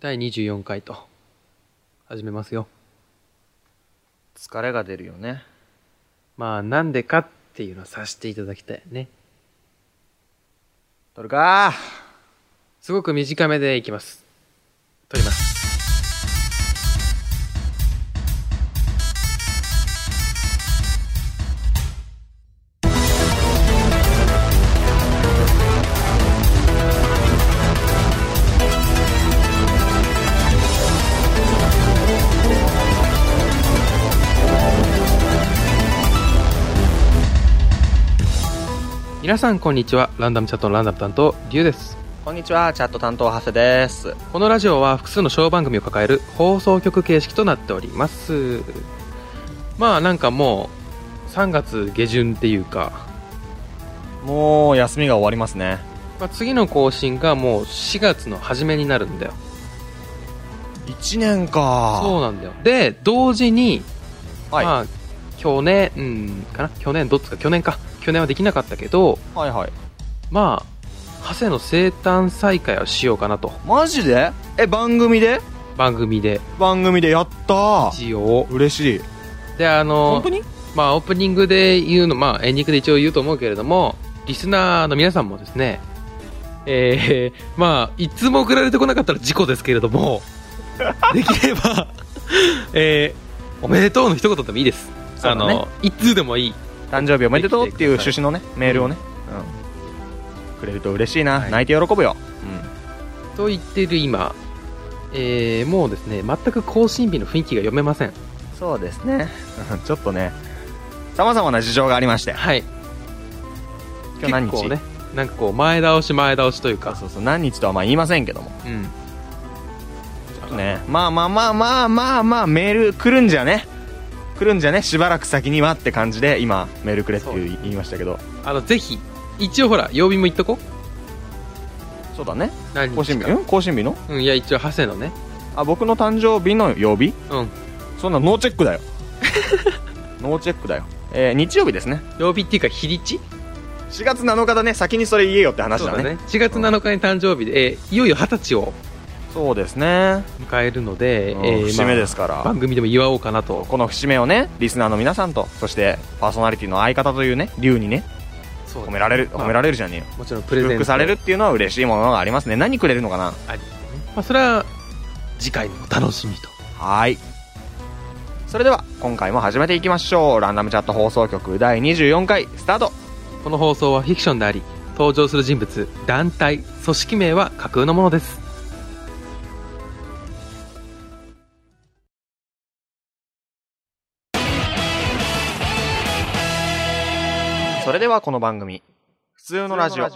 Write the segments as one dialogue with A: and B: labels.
A: 第24回と始めますよ
B: 疲れが出るよね
A: まあなんでかっていうのはさせていただきたいね
B: 撮るか
A: すごく短めでいきます撮ります皆さんこんにちはランダムチャットのランダム担当リュウです
B: こんにちはチャット担当長谷です
A: このラジオは複数の小番組を抱える放送局形式となっておりますまあなんかもう3月下旬っていうか、
B: もう休みが終わりますね
A: まあ、次の更新がもう4月の初めになるんだよ
B: 1年か
A: そうなんだよで同時に、
B: はい、
A: まあ去年、うん、かな去年どっちか去年か去年はできなかったけど
B: はいはい
A: まあ長谷の生誕再会をしようかなと
B: マジでえ番組で
A: 番組で
B: 番組でやったー
A: 一応
B: 嬉しい
A: であの
B: 本当に
A: まあ、オープニングで言うの、まあ、エンディングで一応言うと思うけれども、リスナーの皆さんもですね、えー、まあ、いつも送られてこなかったら事故ですけれど も、できれば、えー、おめでとうの一言でもいいです。
B: そうだね
A: あの、一通でもいい。
B: 誕生日おめでとうっていう趣旨のねメールをね、うんくれると嬉しいな、泣いて喜ぶよ
A: と言ってる今、えー、もうですね、全く更新日の雰囲気が読めません。
B: そうですね ちょっとねさまざまな事情がありまして
A: はい。
B: 今日何日
A: 結構ね、なんかこう、前倒し前倒しという
B: あ
A: か、
B: そうそう何日とはまあ言いませんけども
A: うん。
B: ねまあまあまあまあまあまあメール来るんじゃね来るんじゃねしばらく先にはって感じで今メールくれっていう言いましたけど
A: あの、ぜひ、一応ほら、曜日も言っとこう。
B: そうだね
A: 何
B: 更
A: 日
B: 新日
A: か
B: うん更新日の
A: うん、いや、一応、長谷のね。
B: あ僕の誕生日の曜日
A: うん。
B: そんなノーチェッ クだよノーチェックだよえー日曜日ですね
A: 曜日っていうか日にち
B: 4月7日だね先にそれ言えよって話
A: そう
B: だね
A: だね4月7日に誕生日で、えーいよいよ二十歳を
B: そうですね、
A: 迎えるので、え
B: うん
A: ー
B: 節目です
A: ま
B: から、
A: あ番組でも祝おうかなと
B: この節目をねリスナーの皆さんとそしてパーソナリティの相方というね竜にね
A: そう
B: 褒められる
A: まあ
B: 褒められるじゃねえよ
A: もちろんプレ
B: 祝
A: ゼン
B: 福
A: ト
B: されるっていうのは嬉しいものがありますね何くれるのかな
A: ありですね、まあ、それは次回のお楽しみと
B: はい。それでは、今回も始めていきましょう。ランダムチャット放送局第24回、スタート
A: この放送はフィクションであり登場する人物団体組織名は架空のものです
B: それではこの番組、普通のラジオ。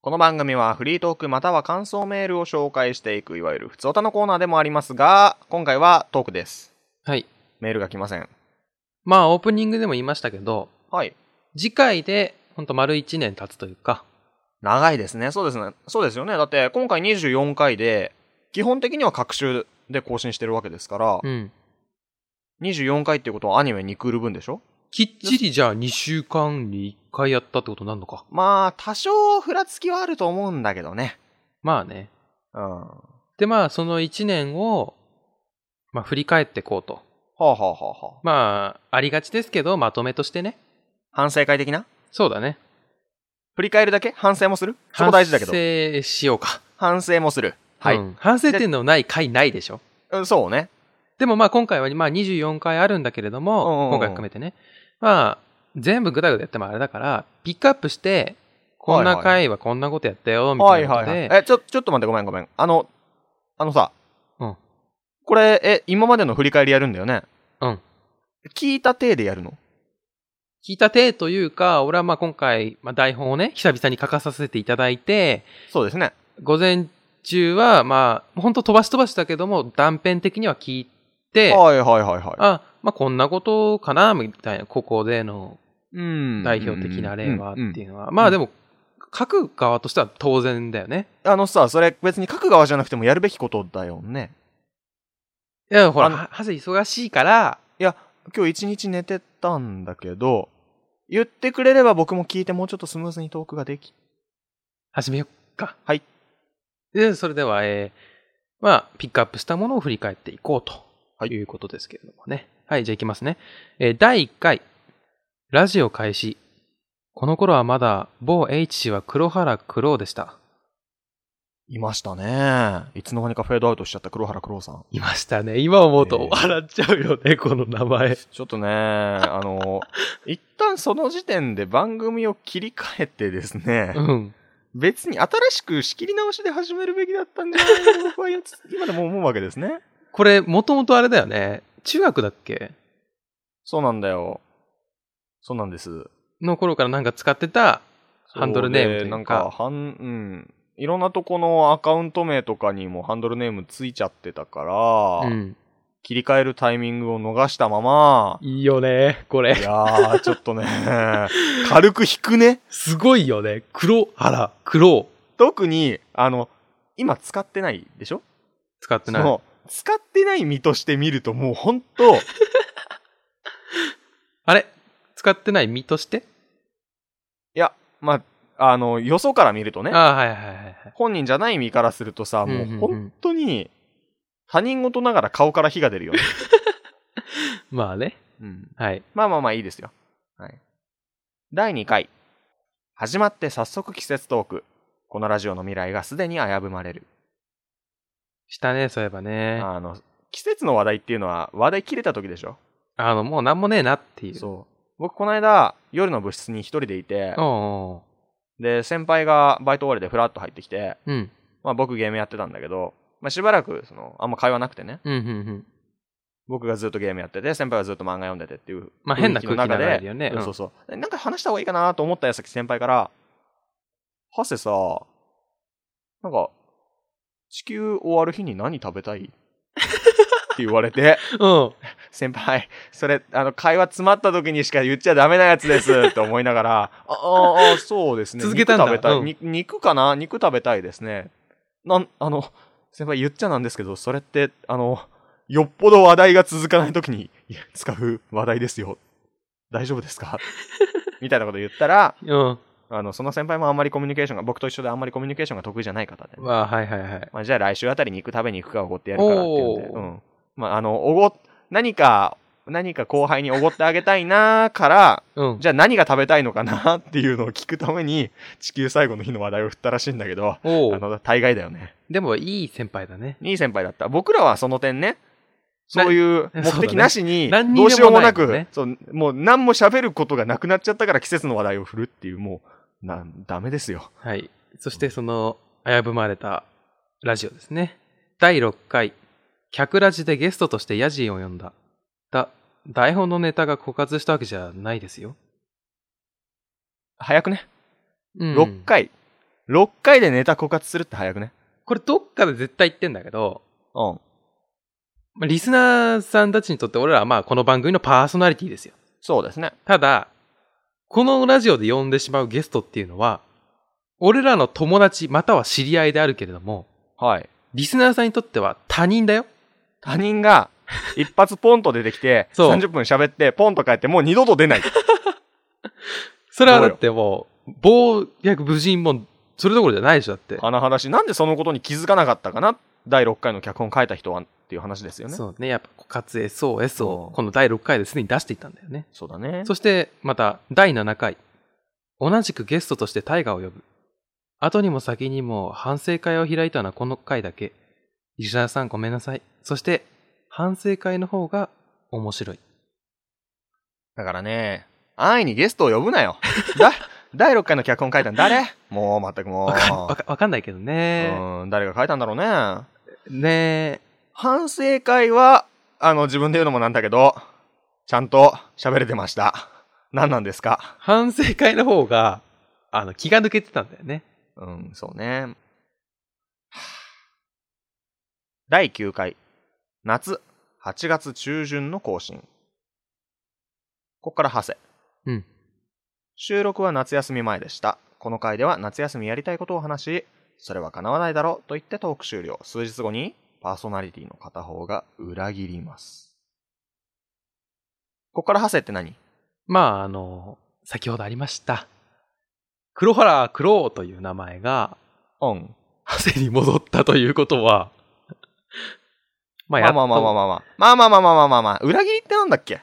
B: この番組はフリートークまたは感想メールを紹介していく、いわゆる普通歌のコーナーでもありますが、今回はトークです。
A: はい
B: メールが来ません。
A: まあオープニングでも言いましたけど
B: はい。
A: 次回で本当丸1年経つというか
B: 長いですね。そうですね。そうですよね。だって、今回24回で、基本的には各週で更新してるわけですから、
A: うん
B: 24回っていうことはアニメ2クール分でしょ
A: きっちりじゃあ2週間に1回やったってことになるのか
B: まあ、多少ふらつきはあると思うんだけどね。
A: まあね
B: うん。は
A: で、まあ、その一年を、まあ、振り返ってこうと。
B: あ、はあはあはあ、
A: まあ、ありがちですけど、まとめとしてね。
B: 反省会的な
A: そうだね。
B: 振り返るだけ反省もするそこ大事だけど。
A: 反省しようか。
B: 反省もする。はい、
A: う
B: うん
A: ん反省っていうのない回ないでしょ。
B: そうね。
A: でもまあ、今回は、まあ、24回あるんだけれども、
B: うんうんうん
A: 今回含めてね。まあ、全部グダグダやってもあれだから、ピックアップして、こんな回はこんなことやったよ、みた
B: はいい
A: なこ
B: は
A: と
B: いはい。
A: で、
B: え、ちょ、ちょっと待って、ごめんごめん。あの、あのさ。
A: うん
B: これ、え、今までの振り返りやるんだよね。
A: うん。
B: 聞いた体でやるの
A: 聞いた手というか、俺はまあ今回、まあ台本をね、久々に書かさせていただいて、
B: そうですね。
A: 午前中は、まあ、本当飛ばし飛ばしだけども、断片的には聞いて、
B: はいはいはいは
A: あ、まあこんなことかな、みたいな、ここでの
B: い。うん
A: 代表的な例はって
B: うんうん
A: いうのは、まあでも、書く側としては当然だよね。
B: あのさ、それ別に書く側じゃなくてもやるべきことだよね。
A: いや、ほら、
B: あの
A: ははず忙しいから、
B: 今日一日寝てたんだけど、言ってくれれば僕も聞いてもうちょっとスムーズにトークができ。
A: 始めよっか。
B: はい。
A: で、それでは、えーまあ、ピックアップしたものを振り返っていこうと
B: はい
A: いうことですけれどもね。はい、じゃあいきますね。えー第1回、ラジオ開始。この頃はまだ某 H 氏は黒原九郎でした。
B: いましたね。いつの間にかフェードアウトしちゃった黒原九郎さん。
A: いましたね。今思う
B: え
A: と
B: ー
A: 笑っちゃうよね、この名前。
B: ちょっとね、あ の、一旦その時点で番組を切り替えてですね、
A: うん。
B: 別に新しく仕切り直しで始めるべきだったんじゃないかと僕は今でも思うわけですね。
A: これ、もともとあれだよね。中学だっけ
B: そうなんだよ。そうなんです。
A: の頃からなんか使ってた、ハンドルネームというか
B: でなんか、はん、うん。いろんなとこのアカウント名とかにもハンドルネームついちゃってたから、
A: うん。
B: 切り替えるタイミングを逃したまま、
A: いいよね、こ
B: い
A: れ。
B: やー、ちょっと ね、軽く引くね。
A: すごいよね。黒原九郎。
B: 特に、あの、今使ってないでしょ
A: 使って
B: そ
A: ない。
B: の、使ってない身として見るともうほ んと、
A: あれ使ってない身として
B: まあ、あの、よそから見るとね、
A: ああ、はいはいはいはい。
B: 本人じゃない身からするとさ、も
A: んうんう
B: うんう本当に、他人事ながら顔から火が 出るよね。
A: まあね。
B: うん
A: はい。
B: まあまあまあいいですよ。はい。第2回。始まって早速季節トーク。このラジオの未来がすでに危ぶまれる。
A: したね、そういえばね。
B: あの、季節の話題っていうのは話題切れた時でしょ
A: あの、もうなんもねえなっていう。
B: そう。僕この間、夜の部室に一人でいて、
A: お
B: で、先輩がバイト終わりでフラッと入ってきて、
A: うおううん。
B: まあ僕ゲームやってたんだけど、まあしばらく、その、あんま会話なくてね、
A: うん、うん、うん。
B: 僕がずっとゲームやってて、先輩はずっと漫画読んでてっていう。
A: まあ変な空気流れるよね
B: そううんそうそう。でなんか話した方がいいかなと思った矢先先輩から、ハセさ、なんか、地球終わる日に何食べたいって言われて、
A: うん。
B: 先輩、それ、あの、会話詰まった時にしか言っちゃダメなやつですって思いながら、ああ、あそうですね。
A: 続けたんだ
B: 肉食べたい、
A: うん
B: に肉かな肉食べたいですね。なん、あの、先輩言っちゃなんですけど、それって、あの、よっぽど話題が続かない時にいや使う話題ですよ。大丈夫ですかみたいなこと言ったら、
A: うん。
B: あの、その先輩もあんまりコミュニケーションが、僕と一緒であんまりコミュニケーションが得意じゃない方で、
A: まあ、はいはいはい。
B: まあ、じゃあ来週あたり肉食べに行くからおごってやるからっていうんで、
A: お
B: う
A: ー
B: ん。まあ、あの、おご、何か、何か後輩におごってあげたいなーから、
A: うん。
B: じゃあ何が食べたいのかなっていうのを聞くために、地球最後の日の話題を振ったらしいんだけど、
A: お
B: あ
A: お。
B: の、大概だよね。
A: でも、いい先輩だね。
B: いい先輩だった。僕らはその点ね、そういう
A: な
B: 目
A: そうだ
B: 的
A: ね
B: なしに、
A: 何にでも
B: どうしようもなく、
A: ない
B: そう、もう何も喋ることがなくなっちゃったから季節の話題を振るっていう、もう、な、ダメですよ。
A: はい。そして、その、危ぶまれたラジオですね。第6回、客ラジでゲストとしてヤジーを呼んだ。だ、台本のネタが枯渇したわけじゃないですよ。
B: 早くね。
A: うん
B: 6回。6回でネタ枯渇するって早くね。
A: これ、どっかで絶対言ってんだけど、
B: うん。
A: まあリスナーさんたちにとって俺らはまあこの番組のパーソナリティですよ。
B: そうですね。
A: ただ、このラジオで呼んでしまうゲストっていうのは、俺らの友達または知り合いであるけれども、
B: はい。
A: リスナーさんにとっては他人だよ。
B: 他人 が、一発ポンと出てきて、
A: そう
B: 30分喋って、ポンと帰って、もう二度と出ない。
A: それはだってもう、暴虐無人もそれどころじゃないでしょ、だって。
B: 鼻話。なんでそのことに気づかなかったかな第6回の脚本書いた人はっていう話ですよね。そう
A: そうね、やっぱ枯渇 SOS
B: う
A: を
B: ん
A: この第6回ですでに出していったんだよね。
B: だね。
A: そして、また、第7回。同じくゲストとしてタイガーを呼ぶ。後にも先にも反省会を開いたのはこの回だけ。リスナーさんごめんなさい。そして、反省会の方が面白い。
B: だからね、安易にゲストを呼ぶな よ。だ、第6回の脚本書いたの誰もう、まったくも
A: わかんわかわかんないけど
B: う。
A: ね。
B: うん、誰が書いたんだろうね。
A: ね
B: 反省会は、あの、自分で言うのもなんだけど、ちゃんと喋れてました。何なんですか
A: 反省会の方が、あの、気が抜けてたんだよね。
B: うん、そうね。 はぁ第9回。夏、8月中旬の更新。ここから派生。
A: うん。
B: 収録は夏休み前でした。この回では夏休みやりたいことを話し、それは叶わないだろうと言ってトーク終了。数日後にパーソナリティの片方が裏切ります。ここから派生って何
A: まあ、あの、先ほどありました。黒原黒という名前が、
B: うん。
A: ハセに戻ったということは、ま
B: まあまあまあまあまあまあ。まあまあまあまあまあまあ。裏切りってなんだっけ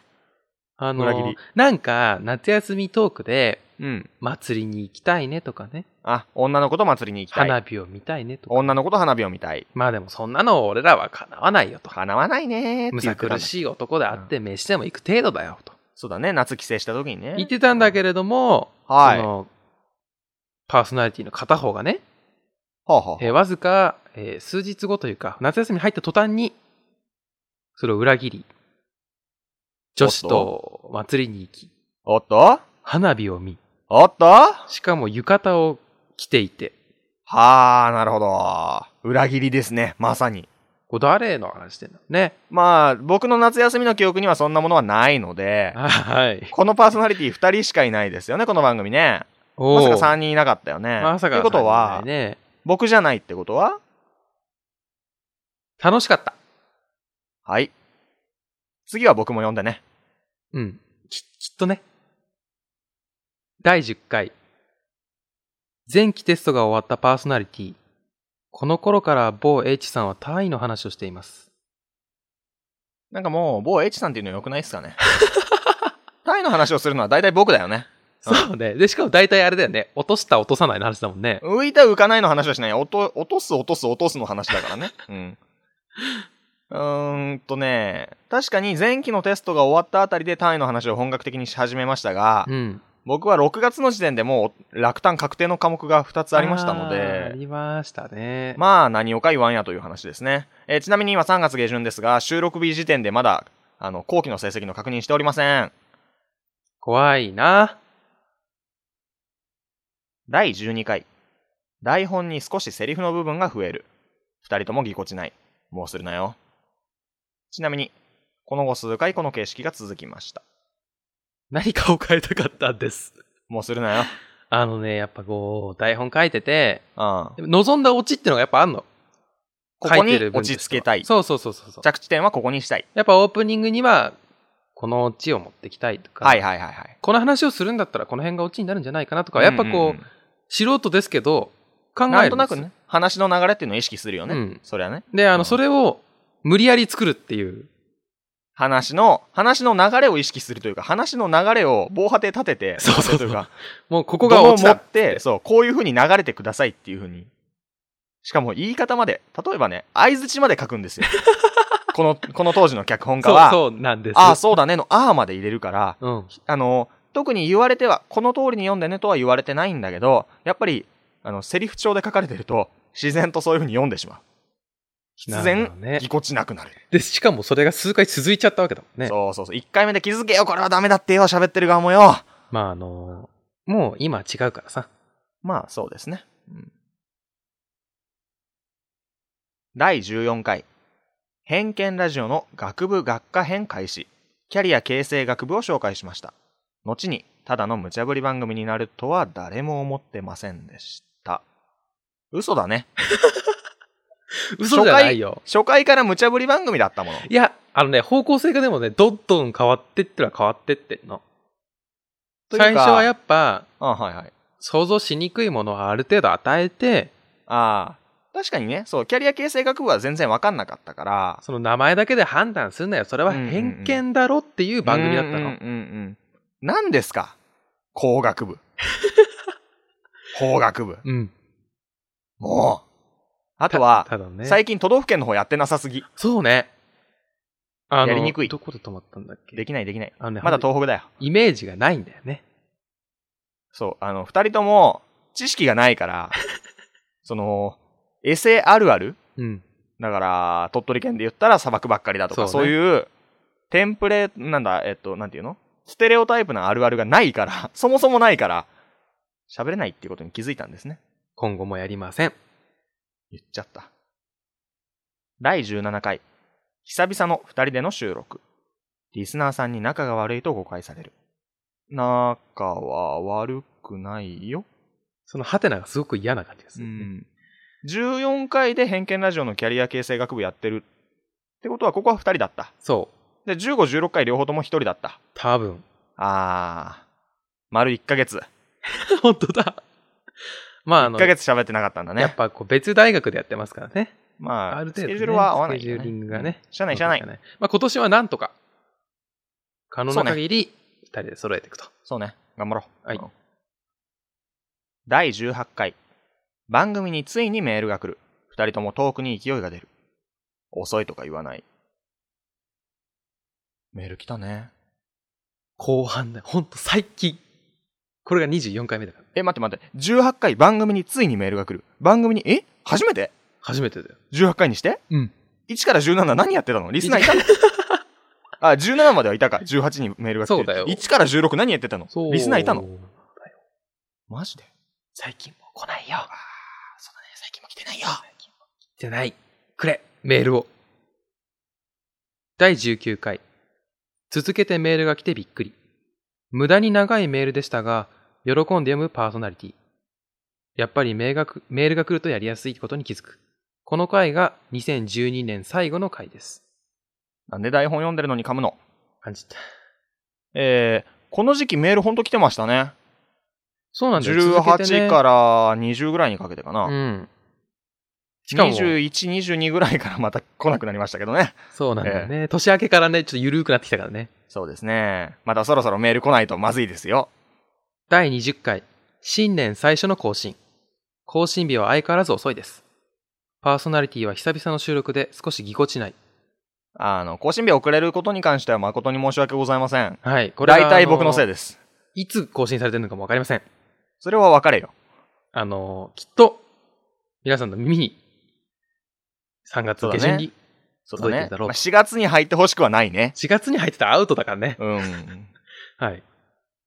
A: あ。あの
B: 裏切り
A: なんか、夏休みトークで、
B: うん。
A: 祭りに行きたいねとかね、
B: あ、女の子と祭りに行きたい。
A: 花火を見たいねとか。
B: 女の子と花火を見たい。
A: まあでもそんなの俺らは叶わないよと。
B: 叶わないねーって
A: む
B: 言っ
A: さ
B: てた
A: 苦
B: んだ
A: しい男であって飯でも行く程度だよと。
B: そうだね、夏帰省した時にね。
A: 言ってたんだけれども、
B: はい。
A: そ
B: は
A: のパーソナリティの片方がね、
B: あ、はあ
A: えーわずか、えー数日後というか、夏休みに入った途端に、それを裏切り、女子と祭りに行き、
B: おっと
A: 花火を見、
B: おっとは
A: しかも浴衣を着ていて、
B: あ、なるほど。裏切りですね、まさに。
A: これ誰の話してんのね。
B: まあ、僕の夏休みの記憶にはそんなものはないので、
A: はい。
B: このパーソナリティ2人しかいないですよね、この番組ね。
A: お
B: まさ
A: ー
B: か3人いなかったよね。
A: まさか
B: ってことは
A: 三人、ね、
B: 僕じゃないってことは
A: 楽しかった。
B: はい。次は僕も呼んでね。
A: うん。ききっとね。第10回。前期テストが終わったパーソナリティ。この頃から某 H さんは単位の話をしています。
B: なんかもう、某 H さんっていうの良くないっすかね。 タイの話をするのは大体僕だよね。
A: そうね。で、しかも大体あれだよね。落とした、落とさないの話だもんね。
B: 浮いた浮かないの話はしない。落と落とす落とす落とすの話だからね。うん。うーんとね、確かに前期のテストが終わったあたりで単位の話を本格的にし始めましたが、
A: うん。
B: 僕は6月の時点でもう落胆確定の科目が2つありましたの
A: あーあ
B: で、
A: りましたね。
B: まあ何をか言わんやという話ですね。えーちなみに今3月下旬ですが、収録日時点でまだ、あの、後期の成績の確認しておりません。
A: 怖いな。
B: 第12回。台本に少しセリフの部分が増える。二人ともぎこちない。もうするなよ。ちなみに、この後数回この形式が続きました。
A: 何かを変えたかったんです。
B: もうするなよ。
A: あのね、やっぱこう、台本書いてて、
B: うん。
A: 望んだオチってのがやっぱあんの。
B: ここ
A: 書い
B: に
A: てる文
B: 落
A: として
B: ち
A: は
B: 着けたい。
A: そうそうそうそうそう。
B: 着地点はここにしたい。
A: やっぱオープニングには、このオチを持ってきたいとか、
B: はいはいはいはい。
A: この話をするんだったらこの辺がオチになるんじゃないかなとか、やっぱこう、
B: んん
A: 素人ですけど、考える
B: うんん
A: です
B: なんとなくね、話の流れっていうのを意識するよね。
A: うん
B: そりゃね。
A: で、あ
B: う
A: の、
B: ん
A: それを無理やり作るっていう。
B: 話の、話の流れを意識するというか、話の流れを棒果て立てて、
A: そうそうそう
B: というか、
A: もうこ
B: こ
A: こが
B: を
A: 落ち
B: 持
A: だ
B: っ。て、そう、こういう風に流れてくださいっていう風に。しかも言い方まで、例えばね、相槌まで書くんです よ。この、この当時の脚本家
A: そう
B: は、
A: そうなんです。
B: ああ、そうだねの、ああまで入れるから、
A: うん。
B: あの、特に言われては、この通りに読んでねとは言われてないんだけど、やっぱり、あの、セリフ帳で書かれてると、自然とそういう風に読んでしまう。必
A: なる
B: 然
A: ほ、どね
B: ぎこちなくなる。
A: で、しかもそれが数回続いちゃったわけだもんね。
B: そうそうそう。一回目で気づけよ、これはダメだってよ、喋ってる側もよ。
A: まあ、あのーもう今は違うからさ。
B: まあそうですね。うん、第14回偏見ラジオの学部学科編開始キャリア形成学部を紹介しました。後にただの無茶ぶり番組になるとは誰も思ってませんでした。嘘だね。
A: 嘘じゃないよ。
B: 初回から無茶ぶり番組だったもの。
A: いや、あのね、方向性がでもね、どんどん変わってってのは変わってってんの。
B: というか
A: 最初はやっぱ、
B: あはいはい。
A: 想像しにくいものをある程度与えて、
B: ああ、確かにね、そう、キャリア形成学部は全然わかんなかったから、
A: その名前だけで判断すんなよ。それは偏見だろっていう番組だったの。
B: うんうんうんうん。何ですか工 学部。法学部。
A: うん。
B: もう。あ
A: あ
B: とは、
A: ただね。
B: 最近都道府県の方やってなさすぎ。
A: そうね。あの
B: やりにくい
A: どこで止まったんだっけ
B: できないできない。
A: あのね、
B: ま
A: ほ
B: だ
A: んと
B: 東北だよ。
A: イメージがないんだよね。
B: そう。あの、二人とも知識がな いから、その、エセあるある
A: うん。
B: だから、鳥取県で言ったら砂漠ばっかりだとか、そ,、
A: そううね
B: いう、テンプレ、なんだ、えっと、なんていうのステレオタイプなあるあるがないから、そもそもないから、喋れないっていうことに気づいたんですね。
A: 今後もやりません。
B: 言っちゃった。第17回、久々の二人での収録。リスナーさんに仲が悪いと誤解される。仲は悪くないよ。
A: そのハテナがすごく嫌な感じでするね、
B: 14回で偏見ラジオのキャリア形成学部やってる。ってことは、ここは二人だった。
A: そう。
B: で、15、16回両方とも一人だった。
A: 多分。
B: あー。丸1ヶ月。
A: 本当だ。まあ、あ
B: 1
A: の、
B: ヶ月喋ってなかったんだ
A: や
B: ね
A: っ。ぱこう別大学でやってますからね。
B: まあ、
A: ある程
B: ス
A: 度ね、
B: ケジュールは合わない、
A: スケジューリングが。ね。
B: 社内社内。
A: まあ今年はなんとか、可能な限り、二人で揃えていくと。
B: そうね。頑張ろう。
A: はい
B: うん。第18回。番組についにメールが来る。二人とも遠くに勢いが出る。遅いとか言わない。メール来たね。
A: 後半だよ。ほんと最近。これが24回目だから。
B: え、待って待って。18回番組についにメールが来る。番組に、え初めて
A: 初めてだよ。
B: ?18 回にして
A: うん。
B: 1から17何やってたのリスナーいたの あ、17まではいたか。18にメールが来てる。
A: そうだよ
B: 1から16何やってたのリスナーいたのマジで
A: 最近も来ないよ。
B: そうだね。最近も来てないよ。
A: じゃない。くれ、メールを。第19回。続けてメールが来てびっくり。無駄に長いメールでしたが、喜んで読むパーソナリティ。やっぱりメールがくメールが来るとやりやすいことに気づく。この回が2012年最後の回です。
B: なんで台本読んでるのに噛むの
A: 感じた。
B: えー、この時期メールほんと来てましたね。
A: そうなんだよ。続けて
B: 18
A: ね
B: から20ぐらいにかけてかな。
A: うん。しかも、
B: 21、22ぐらいからまた来なくなりましたけどね。
A: そうなんだよね、年明けからね、ちょっと緩くなってきたからね。
B: そうですね。またそろそろメール来ないとまずいですよ。
A: 第20回、新年最初の更新。更新日は相変わらず遅いです。パーソナリティは久々の収録で少しぎこちない。
B: あの、更新日遅れることに関しては誠に申し訳ございません。
A: はい、これ
B: 大体僕のせい
A: で。
B: です。
A: いつ更新されてるのかもわかりません。
B: それは分かれよ。
A: あのー、きっと、皆さんの耳に、3月下旬に、
B: そうだ
A: 届いて
B: ね
A: る。だろ
B: ま
A: う
B: あ、4月に入ってほしくはないね。
A: 4月に入ってたらアウトだからね。
B: うん。
A: はい。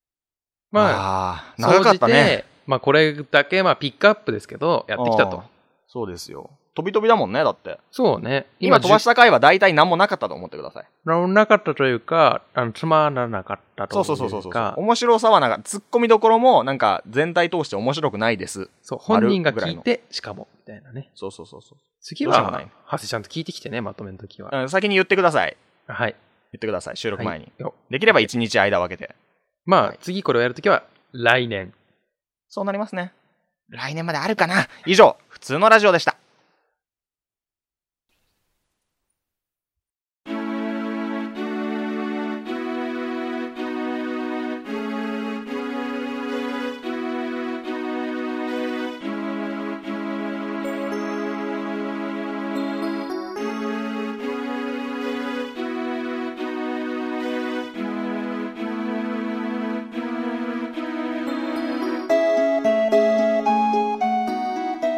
A: まあ、
B: まあ、長かった
A: 総
B: ね
A: じ。て。まあ、これだけ、まあ、ピックアップですけど、やってきた
B: う
A: と
B: ん。。そうですよ。飛び飛びだもんね、だって。
A: そうね。。
B: 今飛ばしたた回は大体何もなかったと思ってください。
A: なかったというか、あのつまらなかったと
B: そ
A: いううか。
B: そうそうそうそう。面白さはなんか、突っ込みどころも、なんか、全体通して面白くないです。
A: そう、
B: 丸
A: 本人が
B: ぐらい
A: 聞い
B: の
A: て、しかも、みたいなね。
B: そうそうそうそう。
A: 次
B: どうしようもな
A: は、
B: い
A: ハセちゃんと聞いてきてね、まとめの時は。
B: うん、先に言ってください。
A: はい。
B: 言ってください、収録前に。
A: はいよ
B: できれば1日間分けて。
A: まあ、
B: はい
A: 次これをやるときは、来年。
B: そうなりますね。来年まであるかな以上、普通のラジオでした。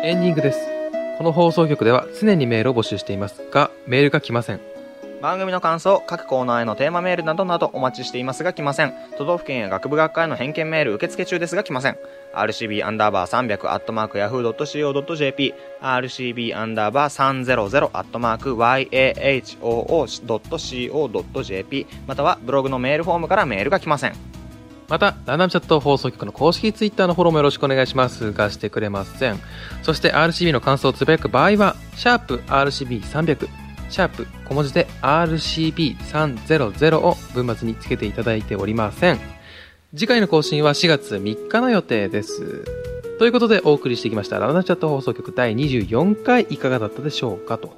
A: エンディングです。この放送局では常にメールを募集していますが、メールが来ません。
B: 番組の感想、各コーナーへのテーマメールなどなどお待ちしていますが来ません。都道府県や学部学科への偏見メール受付中ですが来ません。rcb アンダーバー300アットマーク yahoo.co.jp rcb アンダーバー300アットマーク yahoo.co.jp またはブログのメールフォームからメールが来ません。
A: また、ランダムチャット放送局の公式ツイッターのフォローもよろしくお願いしますがしてくれません。そして RCB の感想をつぶやく場合は、シャープ r c b 3 0 0シャープ小文字で RCB300 を文末につけていただいておりません。次回の更新は4月3日の予定です。ということでお送りしてきましたランダムチャット放送局第24回いかがだったでしょうかと。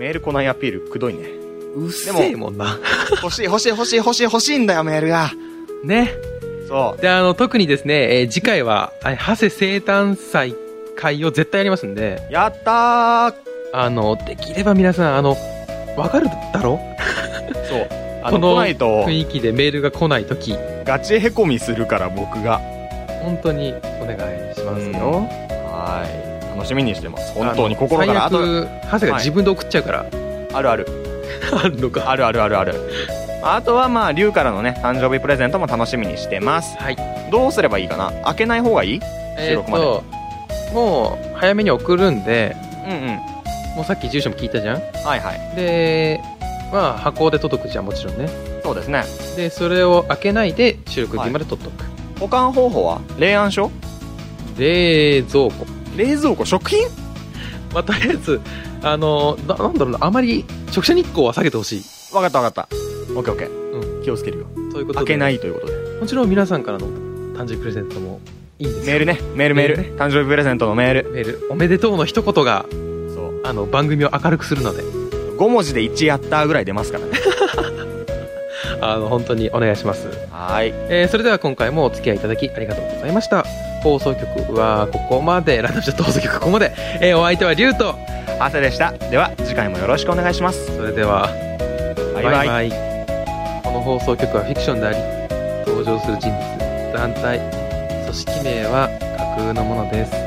B: メール来ないアピールくどいね。
A: うっせ
B: え
A: もんな。
B: 欲しい欲しい欲しい欲しい欲しいんだよメールが。
A: ね。
B: そう。
A: で、あの、特にですね、えー次回は、あハセ生誕祭会を絶対やりますんで、
B: やったー
A: あの、できれば皆さん、あの、わかるだろ
B: そう。あ
A: こ
B: の、
A: の
B: 来ないと
A: 雰囲気でメールが来ないとき、
B: ガチへこみするから僕が。
A: 本当にお願いしますよ。
B: はい。楽しみにしてます。本当に心から。
A: あ
B: あと、
A: と、ハセが自分で送っちゃうから、
B: あるある。
A: あるのか。
B: あるあるあるある。あとはまあ、龍からのね、誕生日プレゼントも楽しみにしてます。
A: はい。
B: どうすればいいかな開けない方がいい
A: えーっ
B: 収録
A: と、もう、早めに送るんで、
B: うんうん。
A: もうさっき住所も聞いたじゃん
B: はいはい。
A: で、まあ、箱で届くじゃん、もちろんね。
B: そうですね。
A: で、それを開けないで、収録日まで取っとく。
B: 保管方法は冷暗所
A: 冷蔵庫。
B: 冷蔵庫食品
A: まあ、とりあえず、あの、ななんだろうな、あまり直射日光は下げてほしい。
B: わかったわかった。オッケーオッケー。気をつけるよ。
A: ということ
B: 開
A: で。。
B: けないいということで。
A: もちろん皆さんからの誕生日プレゼントもいいんです
B: メー
A: よ
B: ルね。メールメール。誕生日プレゼントのメール。
A: メール。おめでとうの一言が
B: そう。
A: あの、番組を明るくするので、
B: 5文字で1やったぐらい出ますから ね。
A: あの、本当にお願いします。
B: はい。
A: えーそれでは今回もお付き合いいただきありがとうございました。放送局はここまで、ランダムショット放送局ここまで、えーお相手はリュウと、
B: 汗でした。では、次回もよろしくお願いします。
A: それでは、
B: バイバイ。
A: バイバイこの放送局はフィクションであり登場する人物団体組織名は架空のものです